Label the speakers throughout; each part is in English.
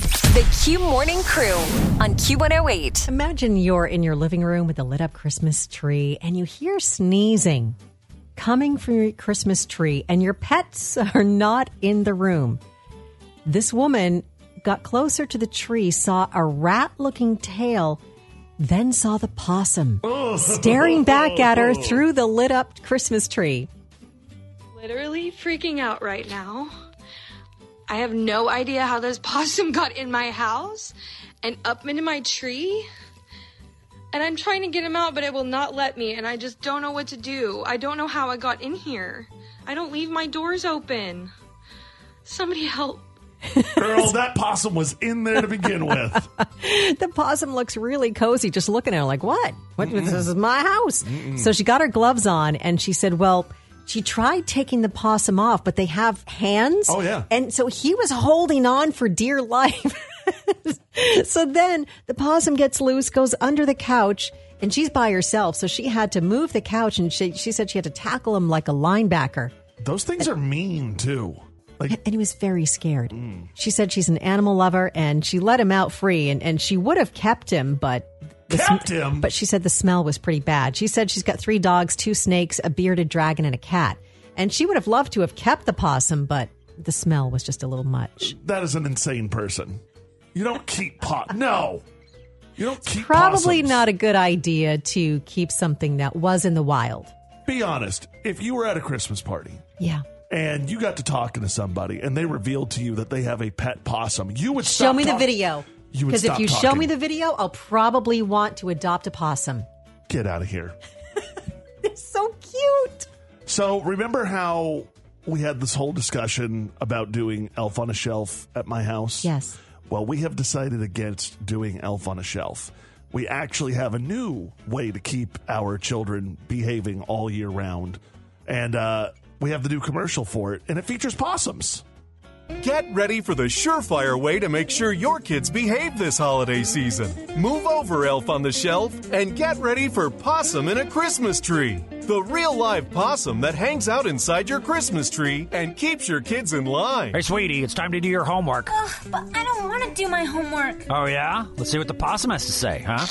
Speaker 1: The Q Morning Crew on Q108.
Speaker 2: Imagine you're in your living room with a lit up Christmas tree and you hear sneezing coming from your Christmas tree, and your pets are not in the room. This woman got closer to the tree, saw a rat looking tail, then saw the possum staring back at her through the lit up Christmas tree.
Speaker 3: literally freaking out right now. I have no idea how this possum got in my house and up into my tree. And I'm trying to get him out, but it will not let me. And I just don't know what to do. I don't know how I got in here. I don't leave my doors open. Somebody help.
Speaker 4: Girl, that possum was in there to begin with.
Speaker 2: The possum looks really cozy just looking at her like, what? what this is my house. So she got her gloves on and she said, well, she tried taking the possum off, but they have hands.
Speaker 4: Oh, yeah.
Speaker 2: And so he was holding on for dear life. so then the possum gets loose, goes under the couch, and she's by herself. So she had to move the couch and she, she said she had to tackle him like a linebacker.
Speaker 4: Those things are mean too. Like
Speaker 2: And he was very scared.
Speaker 4: Mm.
Speaker 2: She said she's an animal lover and she let him out free and, and she would have kept him, but
Speaker 4: kept him.
Speaker 2: but she said the smell was pretty bad. She said she's got three dogs, two snakes, a bearded dragon, and a cat. And she would have loved to have kept the possum, but the smell was just a little much.
Speaker 4: that is an insane person. You don't keep pot. No, you don't keep.
Speaker 2: Probably
Speaker 4: possums.
Speaker 2: not a good idea to keep something that was in the wild.
Speaker 4: Be honest. If you were at a Christmas party
Speaker 2: Yeah.
Speaker 4: and you got to talking to somebody and they revealed to you that they have a pet possum, you would
Speaker 2: Show
Speaker 4: stop
Speaker 2: me the
Speaker 4: talk-
Speaker 2: video.
Speaker 4: You would
Speaker 2: Because if
Speaker 4: stop
Speaker 2: you show
Speaker 4: talking.
Speaker 2: me the video, I'll probably want to adopt a possum.
Speaker 4: Get out of here.
Speaker 2: So cute.
Speaker 4: So remember how we had this whole discussion about doing Elf on a Shelf at my house?
Speaker 2: Yes.
Speaker 4: Well, we have decided against doing Elf on a Shelf. We actually have a new way to keep our children behaving all year round. And uh, we have the new commercial for it, and it features possums.
Speaker 5: Get ready for the surefire way to make sure your kids behave this holiday season. Move over, Elf on the Shelf, and get ready for Possum in a Christmas Tree. The real live possum that hangs out inside your Christmas tree and keeps your kids in line.
Speaker 6: Hey, sweetie, it's time to do your homework.
Speaker 7: But I don't want to do my homework.
Speaker 6: Oh, yeah? Let's see what the possum has to say, huh?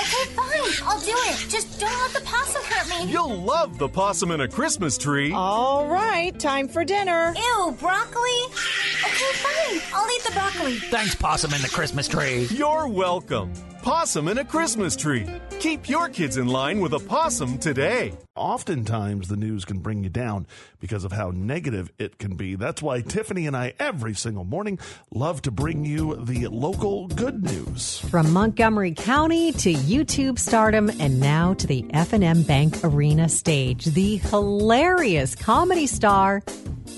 Speaker 7: Okay, fine. I'll do it. Just don't let the possum hurt me.
Speaker 5: You'll love the Possum in a Christmas Tree.
Speaker 8: All right, time for dinner.
Speaker 7: Ew, broccoli. Okay, fine. I'll eat the broccoli.
Speaker 6: Thanks, possum in the Christmas tree.
Speaker 5: You're welcome. Possum in a Christmas Tree. Keep your kids in line with a possum today.
Speaker 4: Oftentimes, the news can bring you down because of how negative it can be. That's why Tiffany and I, every single morning, love to bring you the local good news.
Speaker 2: From Montgomery County to YouTube stardom and now to the F&M Bank Arena stage, the hilarious comedy star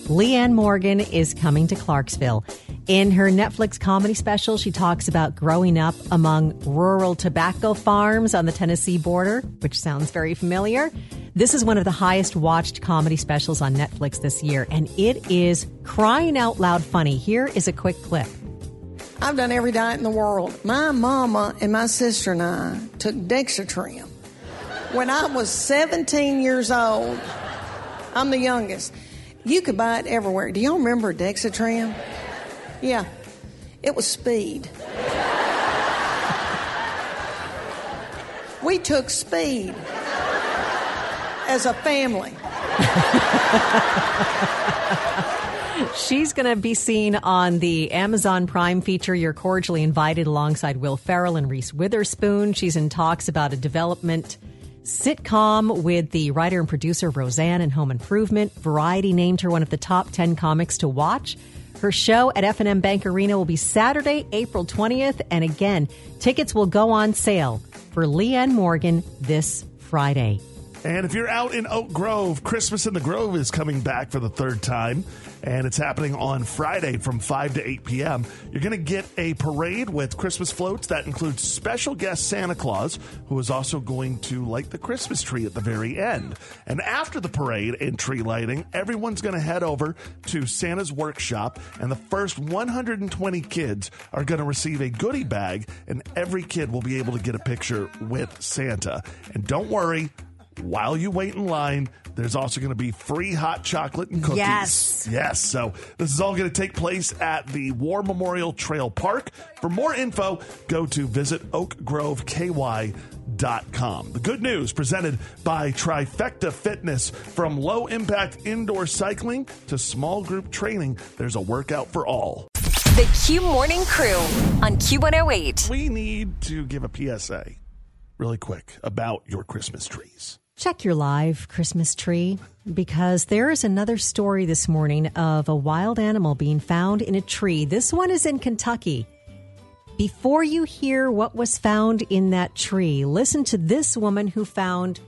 Speaker 2: Leanne Morgan is coming to Clarksville. In her Netflix comedy special, she talks about growing up among rural tobacco farms on the Tennessee border, which sounds very familiar. This is one of the highest watched comedy specials on Netflix this year, and it is crying out loud funny. Here is a quick clip.
Speaker 8: I've done every diet in the world. My mama and my sister and I took Dexatrim when I was 17 years old. I'm the youngest. You could buy it everywhere. Do y'all remember Dexatrim? Yeah, it was speed. We took speed as a family.
Speaker 2: She's going to be seen on the Amazon Prime feature You're Cordially Invited alongside Will Ferrell and Reese Witherspoon. She's in talks about a development sitcom with the writer and producer Roseanne and Home Improvement. Variety named her one of the top 10 comics to watch. Her show at F&M Bank Arena will be Saturday, April 20th, and again, tickets will go on sale for Leanne Morgan this Friday.
Speaker 4: And if you're out in Oak Grove, Christmas in the Grove is coming back for the third time. And it's happening on Friday from 5 to 8 p.m. You're going to get a parade with Christmas floats that includes special guest Santa Claus, who is also going to light the Christmas tree at the very end. And after the parade and tree lighting, everyone's going to head over to Santa's workshop. And the first 120 kids are going to receive a goodie bag, and every kid will be able to get a picture with Santa. And don't worry, While you wait in line, there's also going to be free hot chocolate and cookies.
Speaker 2: Yes.
Speaker 4: Yes. So this is all going to take place at the War Memorial Trail Park. For more info, go to visit oakgroveky.com. The good news presented by Trifecta Fitness from low impact indoor cycling to small group training, there's a workout for all.
Speaker 1: The Q Morning Crew on Q108.
Speaker 4: We need to give a PSA really quick about your Christmas trees.
Speaker 2: Check your live Christmas tree because there is another story this morning of a wild animal being found in a tree. This one is in Kentucky. Before you hear what was found in that tree, listen to this woman who found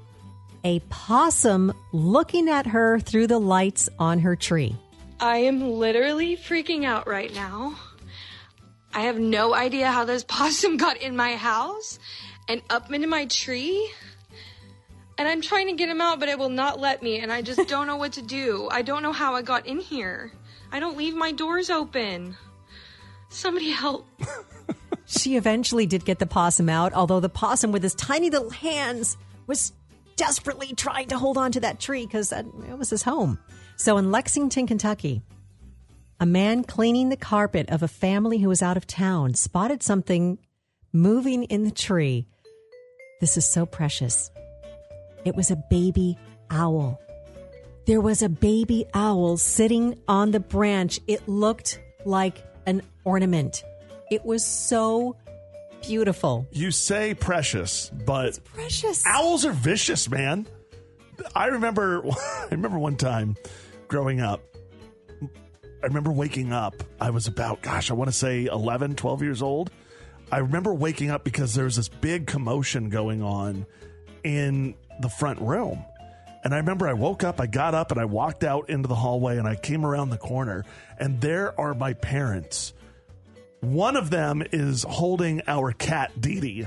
Speaker 2: a possum looking at her through the lights on her tree.
Speaker 3: I am literally freaking out right now. I have no idea how this possum got in my house and up into my tree. And I'm trying to get him out, but it will not let me. And I just don't know what to do. I don't know how I got in here. I don't leave my doors open. Somebody help.
Speaker 2: She eventually did get the possum out, although the possum with his tiny little hands was desperately trying to hold on to that tree because that it was his home. So in Lexington, Kentucky, a man cleaning the carpet of a family who was out of town spotted something moving in the tree. This is so precious. It was a baby owl. There was a baby owl sitting on the branch. It looked like an ornament. It was so beautiful.
Speaker 4: You say precious, but
Speaker 2: Precious.
Speaker 4: owls are vicious, man. I remember I remember one time growing up. I remember waking up. I was about gosh, I want to say 11, 12 years old. I remember waking up because there was this big commotion going on in the front room. And I remember I woke up, I got up and I walked out into the hallway and I came around the corner and there are my parents. One of them is holding our cat Dee Dee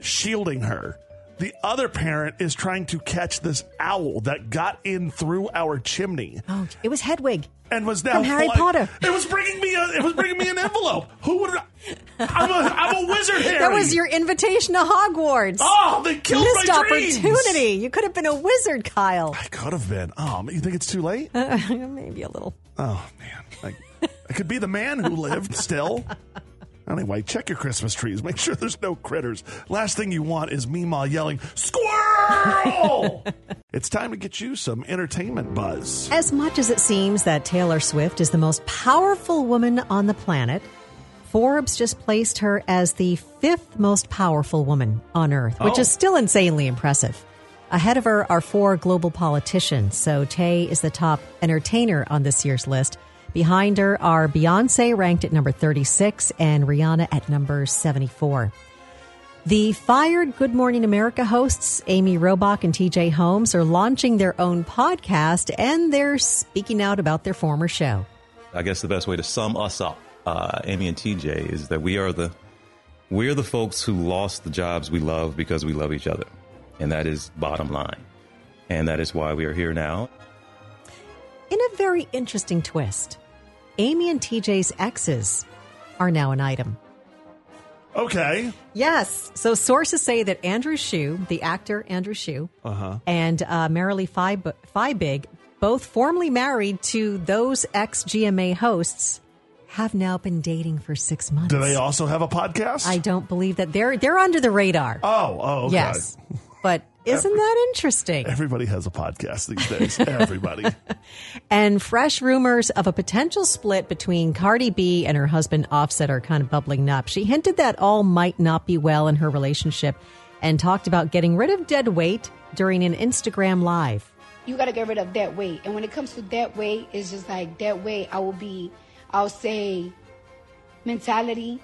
Speaker 4: shielding her. The other parent is trying to catch this owl that got in through our chimney
Speaker 2: Oh, it was Hedwig.
Speaker 4: and was now
Speaker 2: From Harry
Speaker 4: fly-
Speaker 2: Potter.
Speaker 4: It was bringing me. A, it was bringing me an envelope. Who would? I, I'm a. I'm a wizard. Harry.
Speaker 2: That was your invitation to Hogwarts.
Speaker 4: Oh, they killed
Speaker 2: Missed
Speaker 4: my dreams.
Speaker 2: opportunity. You could have been a wizard, Kyle.
Speaker 4: I could have been. Oh, you think it's too late?
Speaker 2: Maybe a little.
Speaker 4: Oh man, I, I could be the man who lived still. Anyway, check your Christmas trees. Make sure there's no critters. Last thing you want is Meemaw yelling, Squirrel! it's time to get you some entertainment buzz.
Speaker 2: As much as it seems that Taylor Swift is the most powerful woman on the planet, Forbes just placed her as the fifth most powerful woman on Earth, which
Speaker 4: Oh.
Speaker 2: is still insanely impressive. Ahead of her are four global politicians, so Tay is the top entertainer on this year's list. Behind her are Beyonce, ranked at number 36, and Rihanna at number 74. The fired Good Morning America hosts, Amy Robach and TJ Holmes, are launching their own podcast and they're speaking out about their former show.
Speaker 9: I guess the best way to sum us up, uh, Amy and TJ, is that we are the we're the folks who lost the jobs we love because we love each other, and that is bottom line, and that is why we are here now.
Speaker 2: In a very interesting twist, Amy and TJ's exes are now an item.
Speaker 4: Okay.
Speaker 2: Yes. So sources say that Andrew Shue, the actor Andrew Shue, and uh, Marilee Feib- Feibig, both formerly married to those ex GMA hosts, have now been dating for six months.
Speaker 4: Do they also have a podcast?
Speaker 2: I don't believe that they're they're under the radar.
Speaker 4: oh, oh, okay.
Speaker 2: Yes, but isn't that interesting?
Speaker 4: Everybody has a podcast these days. Everybody.
Speaker 2: And fresh rumors of a potential split between Cardi B and her husband Offset are kind of bubbling up. She hinted that all might not be well in her relationship, and talked about getting rid of dead weight during an Instagram live.
Speaker 10: you got to get rid of that weight. And when it comes to that weight, it's just like that weight. I will be, I'll say, mentality,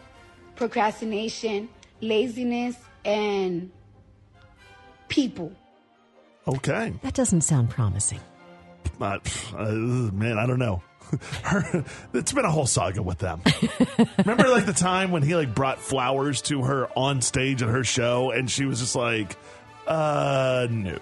Speaker 10: procrastination, laziness, and people.
Speaker 4: Okay.
Speaker 2: That doesn't sound promising.
Speaker 4: Uh, pff, uh, man, I don't know. Her, it's been a whole saga with them. Remember, like the time when he like brought flowers to her on stage at her show, and she was just like, "Uh, no."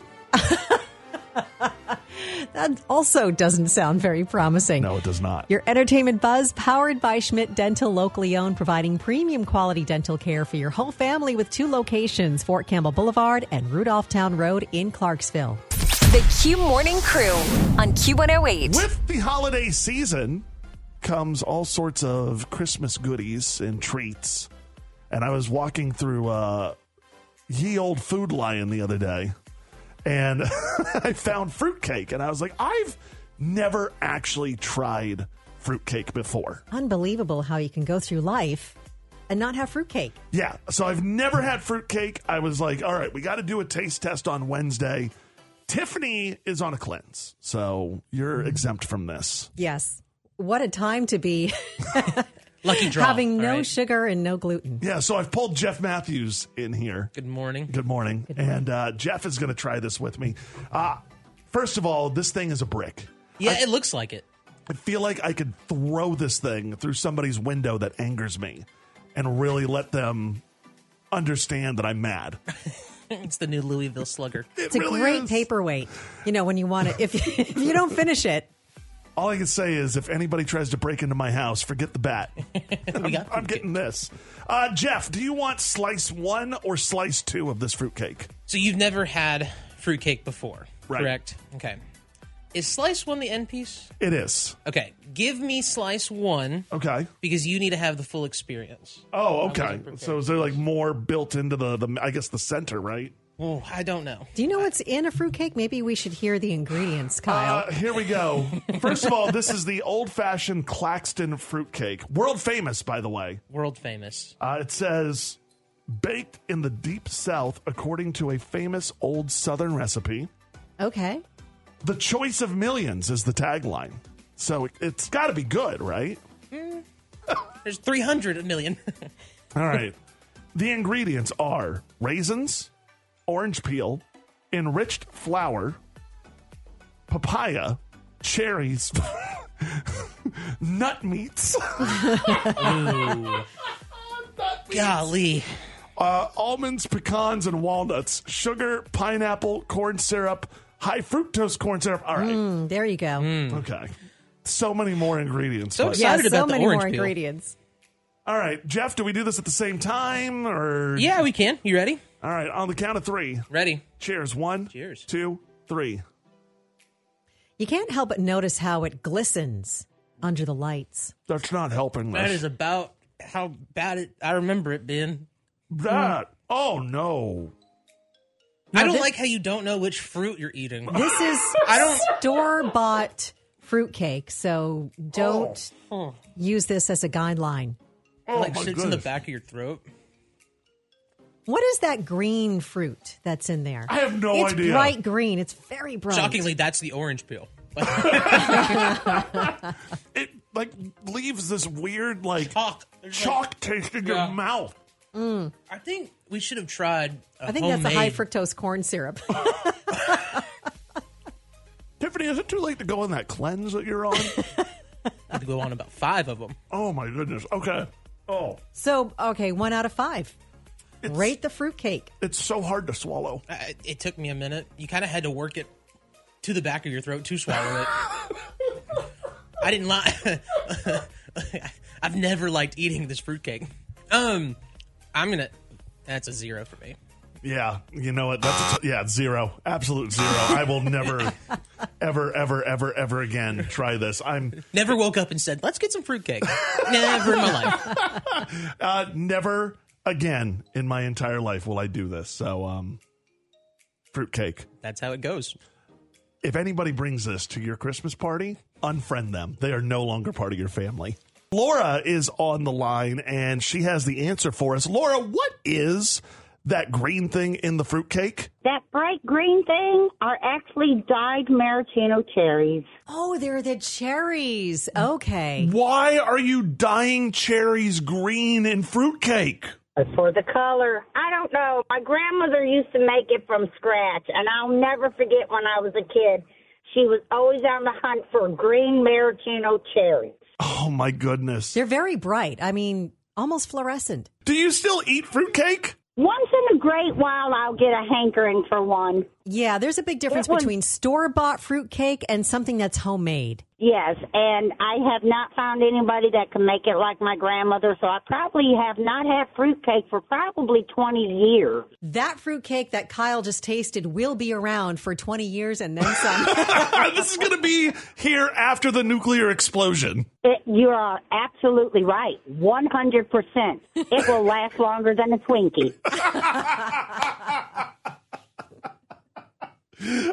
Speaker 2: That also doesn't sound very promising.
Speaker 4: No, it does not.
Speaker 2: Your entertainment buzz powered by Schmidt Dental, locally owned, providing premium quality dental care for your whole family with two locations Fort Campbell Boulevard and Rudolph Town Road in Clarksville.
Speaker 1: The Q Morning Crew on Q108.
Speaker 4: With the holiday season comes all sorts of Christmas goodies and treats. And I was walking through uh, Ye Old Food Lion the other day and I found fruitcake. And I was like, I've never actually tried fruitcake before.
Speaker 2: Unbelievable how you can go through life and not have fruitcake.
Speaker 4: Yeah. So I've never had fruitcake. I was like, all right, we got to do a taste test on Wednesday. Tiffany is on a cleanse, so you're exempt from this.
Speaker 2: Yes. What a time to be
Speaker 11: Lucky draw.
Speaker 2: having no
Speaker 11: all right.
Speaker 2: sugar and no gluten.
Speaker 4: Yeah, so I've pulled Jeff Matthews in here.
Speaker 11: Good morning.
Speaker 4: Good morning. And uh, Jeff is going to try this with me. Uh, first of all, this thing is a brick.
Speaker 11: Yeah, it looks like it.
Speaker 4: I feel like I could throw this thing through somebody's window that angers me and really let them understand that I'm mad.
Speaker 11: It's the new Louisville Slugger.
Speaker 2: It's a great paperweight. You know, when you want it, if, if you don't finish it,
Speaker 4: All I can say is if anybody tries to break into my house, forget the bat. I'm, I'm getting this. Uh, Jeff, do you want slice one or slice two of this fruitcake?
Speaker 11: So you've never had fruitcake before,
Speaker 4: Right.
Speaker 11: correct? Okay. Is slice one the end piece?
Speaker 4: It is.
Speaker 11: Okay. Give me slice one
Speaker 4: Okay.
Speaker 11: because you need to have the full experience.
Speaker 4: Oh, okay. So is there like more built into the, the I guess the center, right?
Speaker 11: Oh, I don't know.
Speaker 2: do you know what's in a fruitcake? Maybe we should hear the ingredients, Kyle.
Speaker 4: Uh, here we go. First of all, this is the old fashioned Claxton fruitcake, world famous, by the way.
Speaker 11: World famous.
Speaker 4: Uh, it says baked in the deep south according to a famous old southern recipe.
Speaker 2: okay.
Speaker 4: The choice of millions is the tagline. So it, it's got to be good, right?
Speaker 11: There's 300 million.
Speaker 4: All right. the ingredients are raisins, orange peel, enriched flour, papaya, cherries, nut meats,
Speaker 11: Golly.
Speaker 4: uh, almonds, pecans, and walnuts, sugar, pineapple, corn syrup, high fructose corn syrup. All right.
Speaker 2: Mm, there you go.
Speaker 4: Okay. So many more ingredients.
Speaker 11: So
Speaker 4: but-
Speaker 2: Yeah,
Speaker 11: excited
Speaker 2: so
Speaker 11: about the
Speaker 2: many
Speaker 11: orange
Speaker 2: more
Speaker 11: peel.
Speaker 2: ingredients.
Speaker 4: All right, Jeff, do we do this at the same time or
Speaker 11: Yeah, we can. You ready?
Speaker 4: All right, on the count of 3.
Speaker 11: Ready.
Speaker 4: Cheers. One,
Speaker 11: Cheers.
Speaker 4: two, three.
Speaker 2: You can't help but notice how it glistens under the lights.
Speaker 4: That's not helping
Speaker 11: That
Speaker 4: us.
Speaker 11: is about how bad it. I remember it being.
Speaker 4: That. Oh no.
Speaker 11: I don't
Speaker 2: this-
Speaker 11: like how you don't know which fruit you're eating.
Speaker 2: This is
Speaker 11: Mm. I don't.
Speaker 2: store bought fruitcake, so don't
Speaker 11: Oh.
Speaker 2: use this as a guideline.
Speaker 4: Oh
Speaker 11: like
Speaker 4: my
Speaker 11: shit's in the
Speaker 4: goodness.
Speaker 11: back of your throat.
Speaker 2: What is that green fruit that's in there?
Speaker 4: I have no
Speaker 2: it's
Speaker 4: idea.
Speaker 2: bright green. It's very bright.
Speaker 11: Shockingly, that's the orange peel.
Speaker 4: It like leaves this weird like
Speaker 11: Chalk. There's
Speaker 4: chalk taste in
Speaker 11: Yeah.
Speaker 4: your mouth.
Speaker 11: I think we should have tried. I
Speaker 2: I think that's a high fructose corn syrup.
Speaker 4: Tiffany, is it too late to go on that cleanse that you're on?
Speaker 11: to go on about five of them.
Speaker 4: oh my goodness. Okay. Oh,
Speaker 2: so, okay, one out of five. Rate the fruitcake.
Speaker 4: it's so hard to swallow.
Speaker 11: I, it took me a minute. You kind of had to work it to the back of your throat to swallow it. I didn't lie. I've never liked eating this fruitcake. Um, I'm gonna. That's a zero for me.
Speaker 4: Yeah, you know what? That's a t- yeah, zero, absolute zero. I will never, ever, ever, ever, ever again try this. I'm
Speaker 11: Never woke up and said, "Let's get some fruitcake." Never in my life.
Speaker 4: uh, never again in my entire life will I do this. So, um, fruitcake.
Speaker 11: That's how it goes.
Speaker 4: If anybody brings this to your Christmas party, unfriend them. They are no longer part of your family. Laura is on the line and she has the answer for us. Laura, what is that green thing in the fruitcake?
Speaker 12: That bright green thing are actually dyed maraschino cherries.
Speaker 2: Oh, they're the cherries.
Speaker 11: Mm.
Speaker 2: Okay.
Speaker 4: Why are you dyeing cherries green in fruitcake?
Speaker 12: For the color. I don't know. My grandmother used to make it from scratch, and I'll never forget when I was a kid. She was always on the hunt for green maraschino cherries.
Speaker 4: Oh my goodness.
Speaker 2: They're very bright. I mean, almost fluorescent.
Speaker 4: Do you still eat fruitcake?
Speaker 12: Once in in a great while, I'll get a hankering for one.
Speaker 2: Yeah, there's a big difference between store bought fruitcake and something that's homemade.
Speaker 12: Yes, and I have not found anybody that can make it like my grandmother, so I probably have not had fruitcake for probably 20 years.
Speaker 2: That fruitcake that Kyle just tasted will be around for 20 years and then some.
Speaker 4: this is going to be here after the nuclear explosion.
Speaker 12: It, you are absolutely right. 100%. It will last longer than a Twinkie.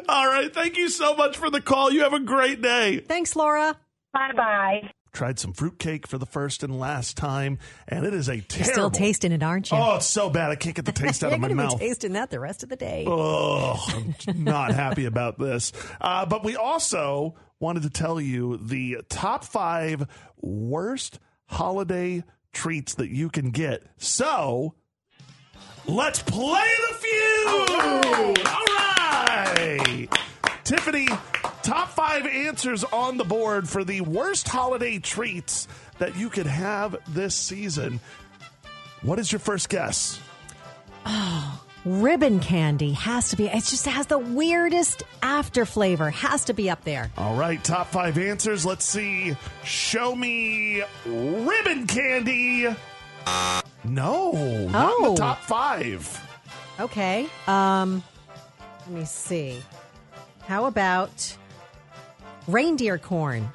Speaker 4: All right. Thank you so much for the call. You have a great day.
Speaker 2: Thanks, Laura.
Speaker 12: Bye bye.
Speaker 4: Tried some fruitcake for the first and last time, and it is a terrible.
Speaker 2: You're still tasting it, aren't you?
Speaker 4: Oh, it's so bad. I can't get the taste out
Speaker 2: You're
Speaker 4: of my
Speaker 2: gonna
Speaker 4: mouth.
Speaker 2: be tasting that the rest of the day.
Speaker 4: Oh, I'm not happy about this. Uh, but we also wanted to tell you the top five worst holiday treats that you can get. So let's play the feud. All right. Tiffany, top five answers on the board for the worst holiday treats that you could have this season. What is your first guess?
Speaker 2: Oh, ribbon candy has to be. It just has the weirdest after flavor. Has to be up there.
Speaker 4: All right, top five answers. Let's see. Show me ribbon candy. No, not in
Speaker 2: Oh.
Speaker 4: the top five.
Speaker 2: Okay. Um, let me see. How about reindeer corn?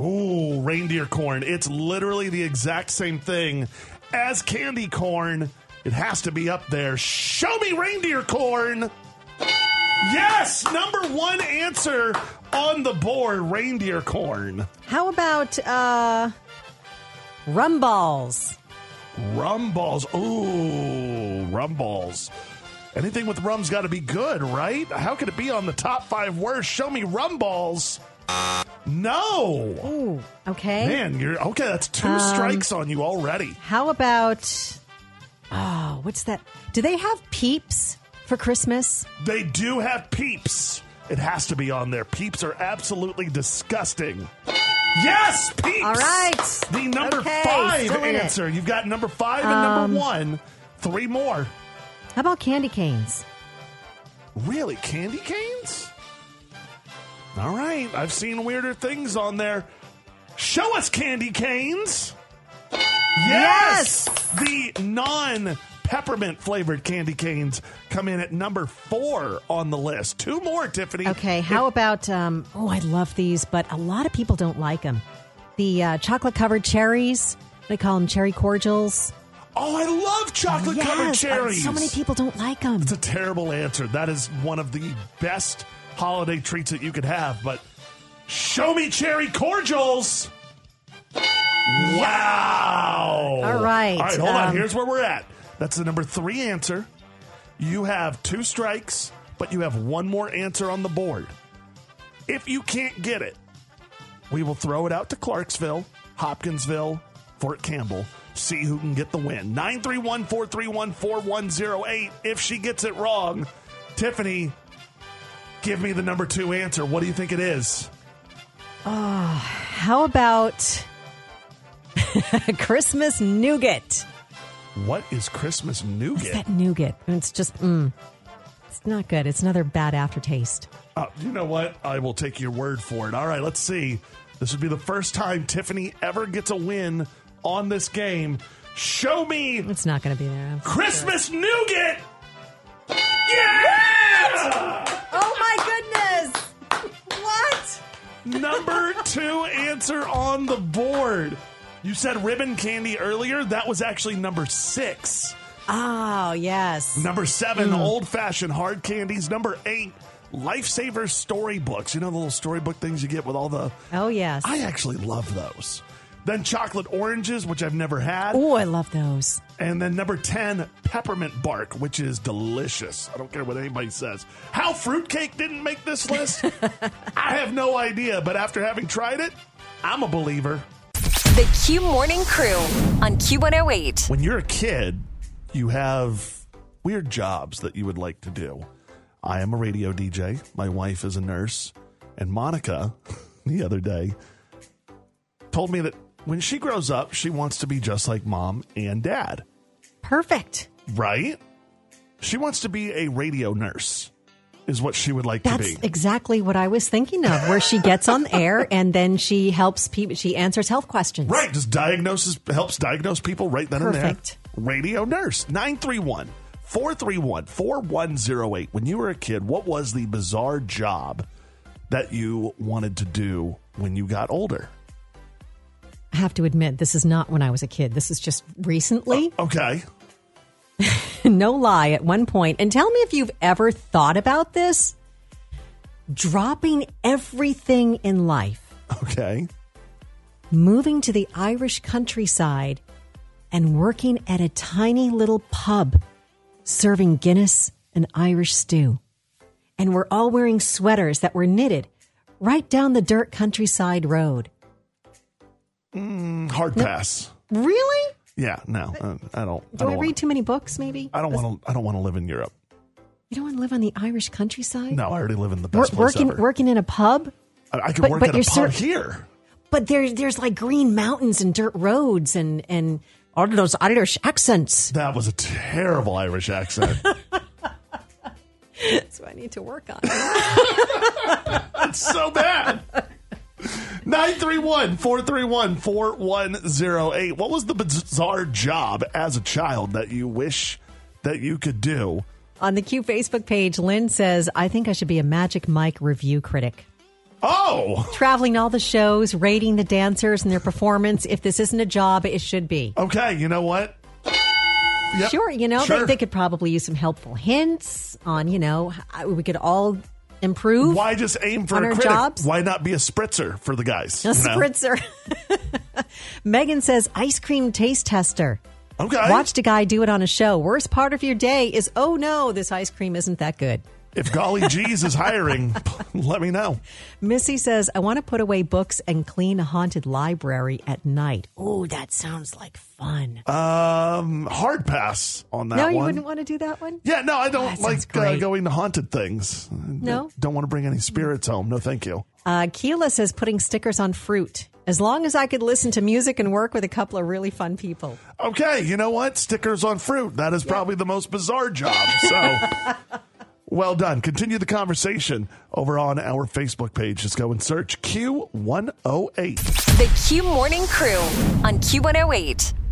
Speaker 4: Ooh, reindeer corn. It's literally the exact same thing as candy corn. It has to be up there. Show me reindeer corn. Yes, number one answer on the board reindeer corn.
Speaker 2: How about uh, rum balls?
Speaker 4: Rum balls. Ooh, rum balls. Anything with rum's got to be good, right? How could it be on the top five worst? Show me rum balls. No.
Speaker 2: Ooh, okay.
Speaker 4: Man, you're okay. That's two
Speaker 2: Um,
Speaker 4: strikes on you already.
Speaker 2: How about oh, what's that? Do they have peeps for Christmas?
Speaker 4: They do have peeps. It has to be on there. Peeps are absolutely disgusting. Yes, peeps.
Speaker 2: All right.
Speaker 4: The number
Speaker 2: Okay,
Speaker 4: five
Speaker 2: still in it.
Speaker 4: answer. You've got number five
Speaker 2: Um,
Speaker 4: and number one. Three more.
Speaker 2: How about candy canes?
Speaker 4: Really? Candy canes? All right. I've seen weirder things on there. Show us candy canes. Yes! The non peppermint flavored candy canes come in at number four on the list. Two more, Tiffany.
Speaker 2: Okay. How about um, oh, I love these, but a lot of people don't like them. The uh, chocolate covered cherries. They call them cherry cordials.
Speaker 4: Oh, I love chocolate covered
Speaker 2: Yes, uh,
Speaker 4: cherries.
Speaker 2: So many people don't like them.
Speaker 4: It's a terrible answer. That is one of the best holiday treats that you could have, but show me cherry cordials. Wow.
Speaker 2: All right,
Speaker 4: All right, hold on.
Speaker 2: um,
Speaker 4: Here's where we're at. That's the number three answer. You have two strikes, but you have one more answer on the board. If you can't get it, we will throw it out to Clarksville, Hopkinsville, Fort Campbell. See who can get the win. 931 431 4108. If she gets it wrong, Tiffany, give me the number two answer. What do you think it is?
Speaker 2: Oh, how about Christmas nougat?
Speaker 4: What is Christmas
Speaker 2: What's
Speaker 4: nougat?
Speaker 2: that nougat? It's just, mm, it's not good. It's another bad aftertaste.
Speaker 4: Uh, you know what? I will take your word for it. All right, let's see. This would be the first time Tiffany ever gets a win on this game. Show me
Speaker 2: It's not going to be there.
Speaker 4: Christmas nougat! Yeah!
Speaker 2: Oh my goodness! What?
Speaker 4: Number two answer on the board. You said ribbon candy earlier. That was actually number six.
Speaker 2: Oh, yes.
Speaker 4: Number seven,
Speaker 2: Mm.
Speaker 4: old fashioned hard candies. Number eight, lifesaver storybooks. You know the little storybook things you get with all the.
Speaker 2: Oh, yes.
Speaker 4: I actually love those. Then chocolate oranges, which I've never had.
Speaker 2: Oh, I love those.
Speaker 4: And then number 10, peppermint bark, which is delicious. I don't care what anybody says. How fruitcake didn't make this list? I have no idea, but after having tried it, I'm a believer.
Speaker 1: The Q Morning Crew on Q108.
Speaker 4: When you're a kid, you have weird jobs that you would like to do. I am a radio DJ, my wife is a nurse, and Monica, the other day, told me that when she grows up, she wants to be just like mom and dad.
Speaker 2: Perfect.
Speaker 4: Right? She wants to be a radio nurse, is what she would like
Speaker 2: That's
Speaker 4: to be.
Speaker 2: exactly what I was thinking of, where she gets on air and then she helps people, she answers health questions.
Speaker 4: Right, just diagnoses helps diagnose people right then
Speaker 2: Perfect.
Speaker 4: and there. Radio nurse 931 431 4108. When you were a kid, what was the bizarre job that you wanted to do when you got older?
Speaker 2: I have to admit, this is not when I was a kid. This is just recently.
Speaker 4: Uh, okay.
Speaker 2: no lie, at one point, and tell me if you've ever thought about this dropping everything in life.
Speaker 4: Okay.
Speaker 2: Moving to the Irish countryside and working at a tiny little pub serving Guinness and Irish stew. And we're all wearing sweaters that were knitted right down the dirt countryside road.
Speaker 4: Mm, hard
Speaker 2: No.
Speaker 4: pass.
Speaker 2: Really?
Speaker 4: Yeah, no, uh, I don't.
Speaker 2: Do
Speaker 4: I don't
Speaker 2: I, read
Speaker 4: wanna-
Speaker 2: too many books, maybe?
Speaker 4: I don't want to. I don't want to live in Europe.
Speaker 2: You don't want to live on the Irish countryside?
Speaker 4: No, I already live in the best
Speaker 2: Wor-
Speaker 4: place
Speaker 2: working,
Speaker 4: ever.
Speaker 2: working in a pub?
Speaker 4: I, I could
Speaker 2: but-
Speaker 4: work
Speaker 2: but
Speaker 4: at a
Speaker 2: you're
Speaker 4: pub
Speaker 2: cer-
Speaker 4: here.
Speaker 2: But there's there's like green mountains and dirt roads and and all of those Irish accents.
Speaker 4: That was a terrible Irish accent.
Speaker 2: That's what I need to work on.
Speaker 4: it's so bad. 931 431 4108. What was the bizarre job as a child that you wish that you could do?
Speaker 2: on the Q Facebook page, Lynn says, "I think I should be a Magic Mike review critic."
Speaker 4: Oh,
Speaker 2: Traveling all the shows, rating the dancers and their performance. If this isn't a job, it should be.
Speaker 4: okay. You know what? Yep.
Speaker 2: Sure, you know,
Speaker 4: Sure.
Speaker 2: They, they could probably use some helpful hints on, you know, how we could all improve.
Speaker 4: Why just aim for
Speaker 2: on
Speaker 4: a
Speaker 2: our
Speaker 4: critic?
Speaker 2: jobs?
Speaker 4: Why not be a spritzer for the guys?
Speaker 2: A
Speaker 4: you know?
Speaker 2: spritzer. Megan says ice cream taste tester.
Speaker 4: Okay.
Speaker 2: Watched a guy do it on a show. Worst part of your day is, oh no, this ice cream isn't that good.
Speaker 4: If Golly G's is hiring, let me know.
Speaker 2: Missy says, I want to put away books and clean a haunted library at night. Oh, that sounds like fun.
Speaker 4: Um, hard pass on that
Speaker 2: no,
Speaker 4: one.
Speaker 2: you wouldn't want to do that one?
Speaker 4: yeah, no, I
Speaker 2: Oh,
Speaker 4: don't
Speaker 2: that sounds
Speaker 4: like uh,
Speaker 2: great.
Speaker 4: going to haunted things.
Speaker 2: No?
Speaker 4: don't want to bring any spirits home. No, thank you.
Speaker 2: Uh, Keela says, putting stickers on fruit. As long as I could listen to music and work with a couple of really fun people.
Speaker 4: Okay, you know what? Stickers on fruit. That is probably the most bizarre job. So well done. Continue the conversation over on our Facebook page. Just go and search Q108.
Speaker 1: The Q oh Morning Crew on Q108.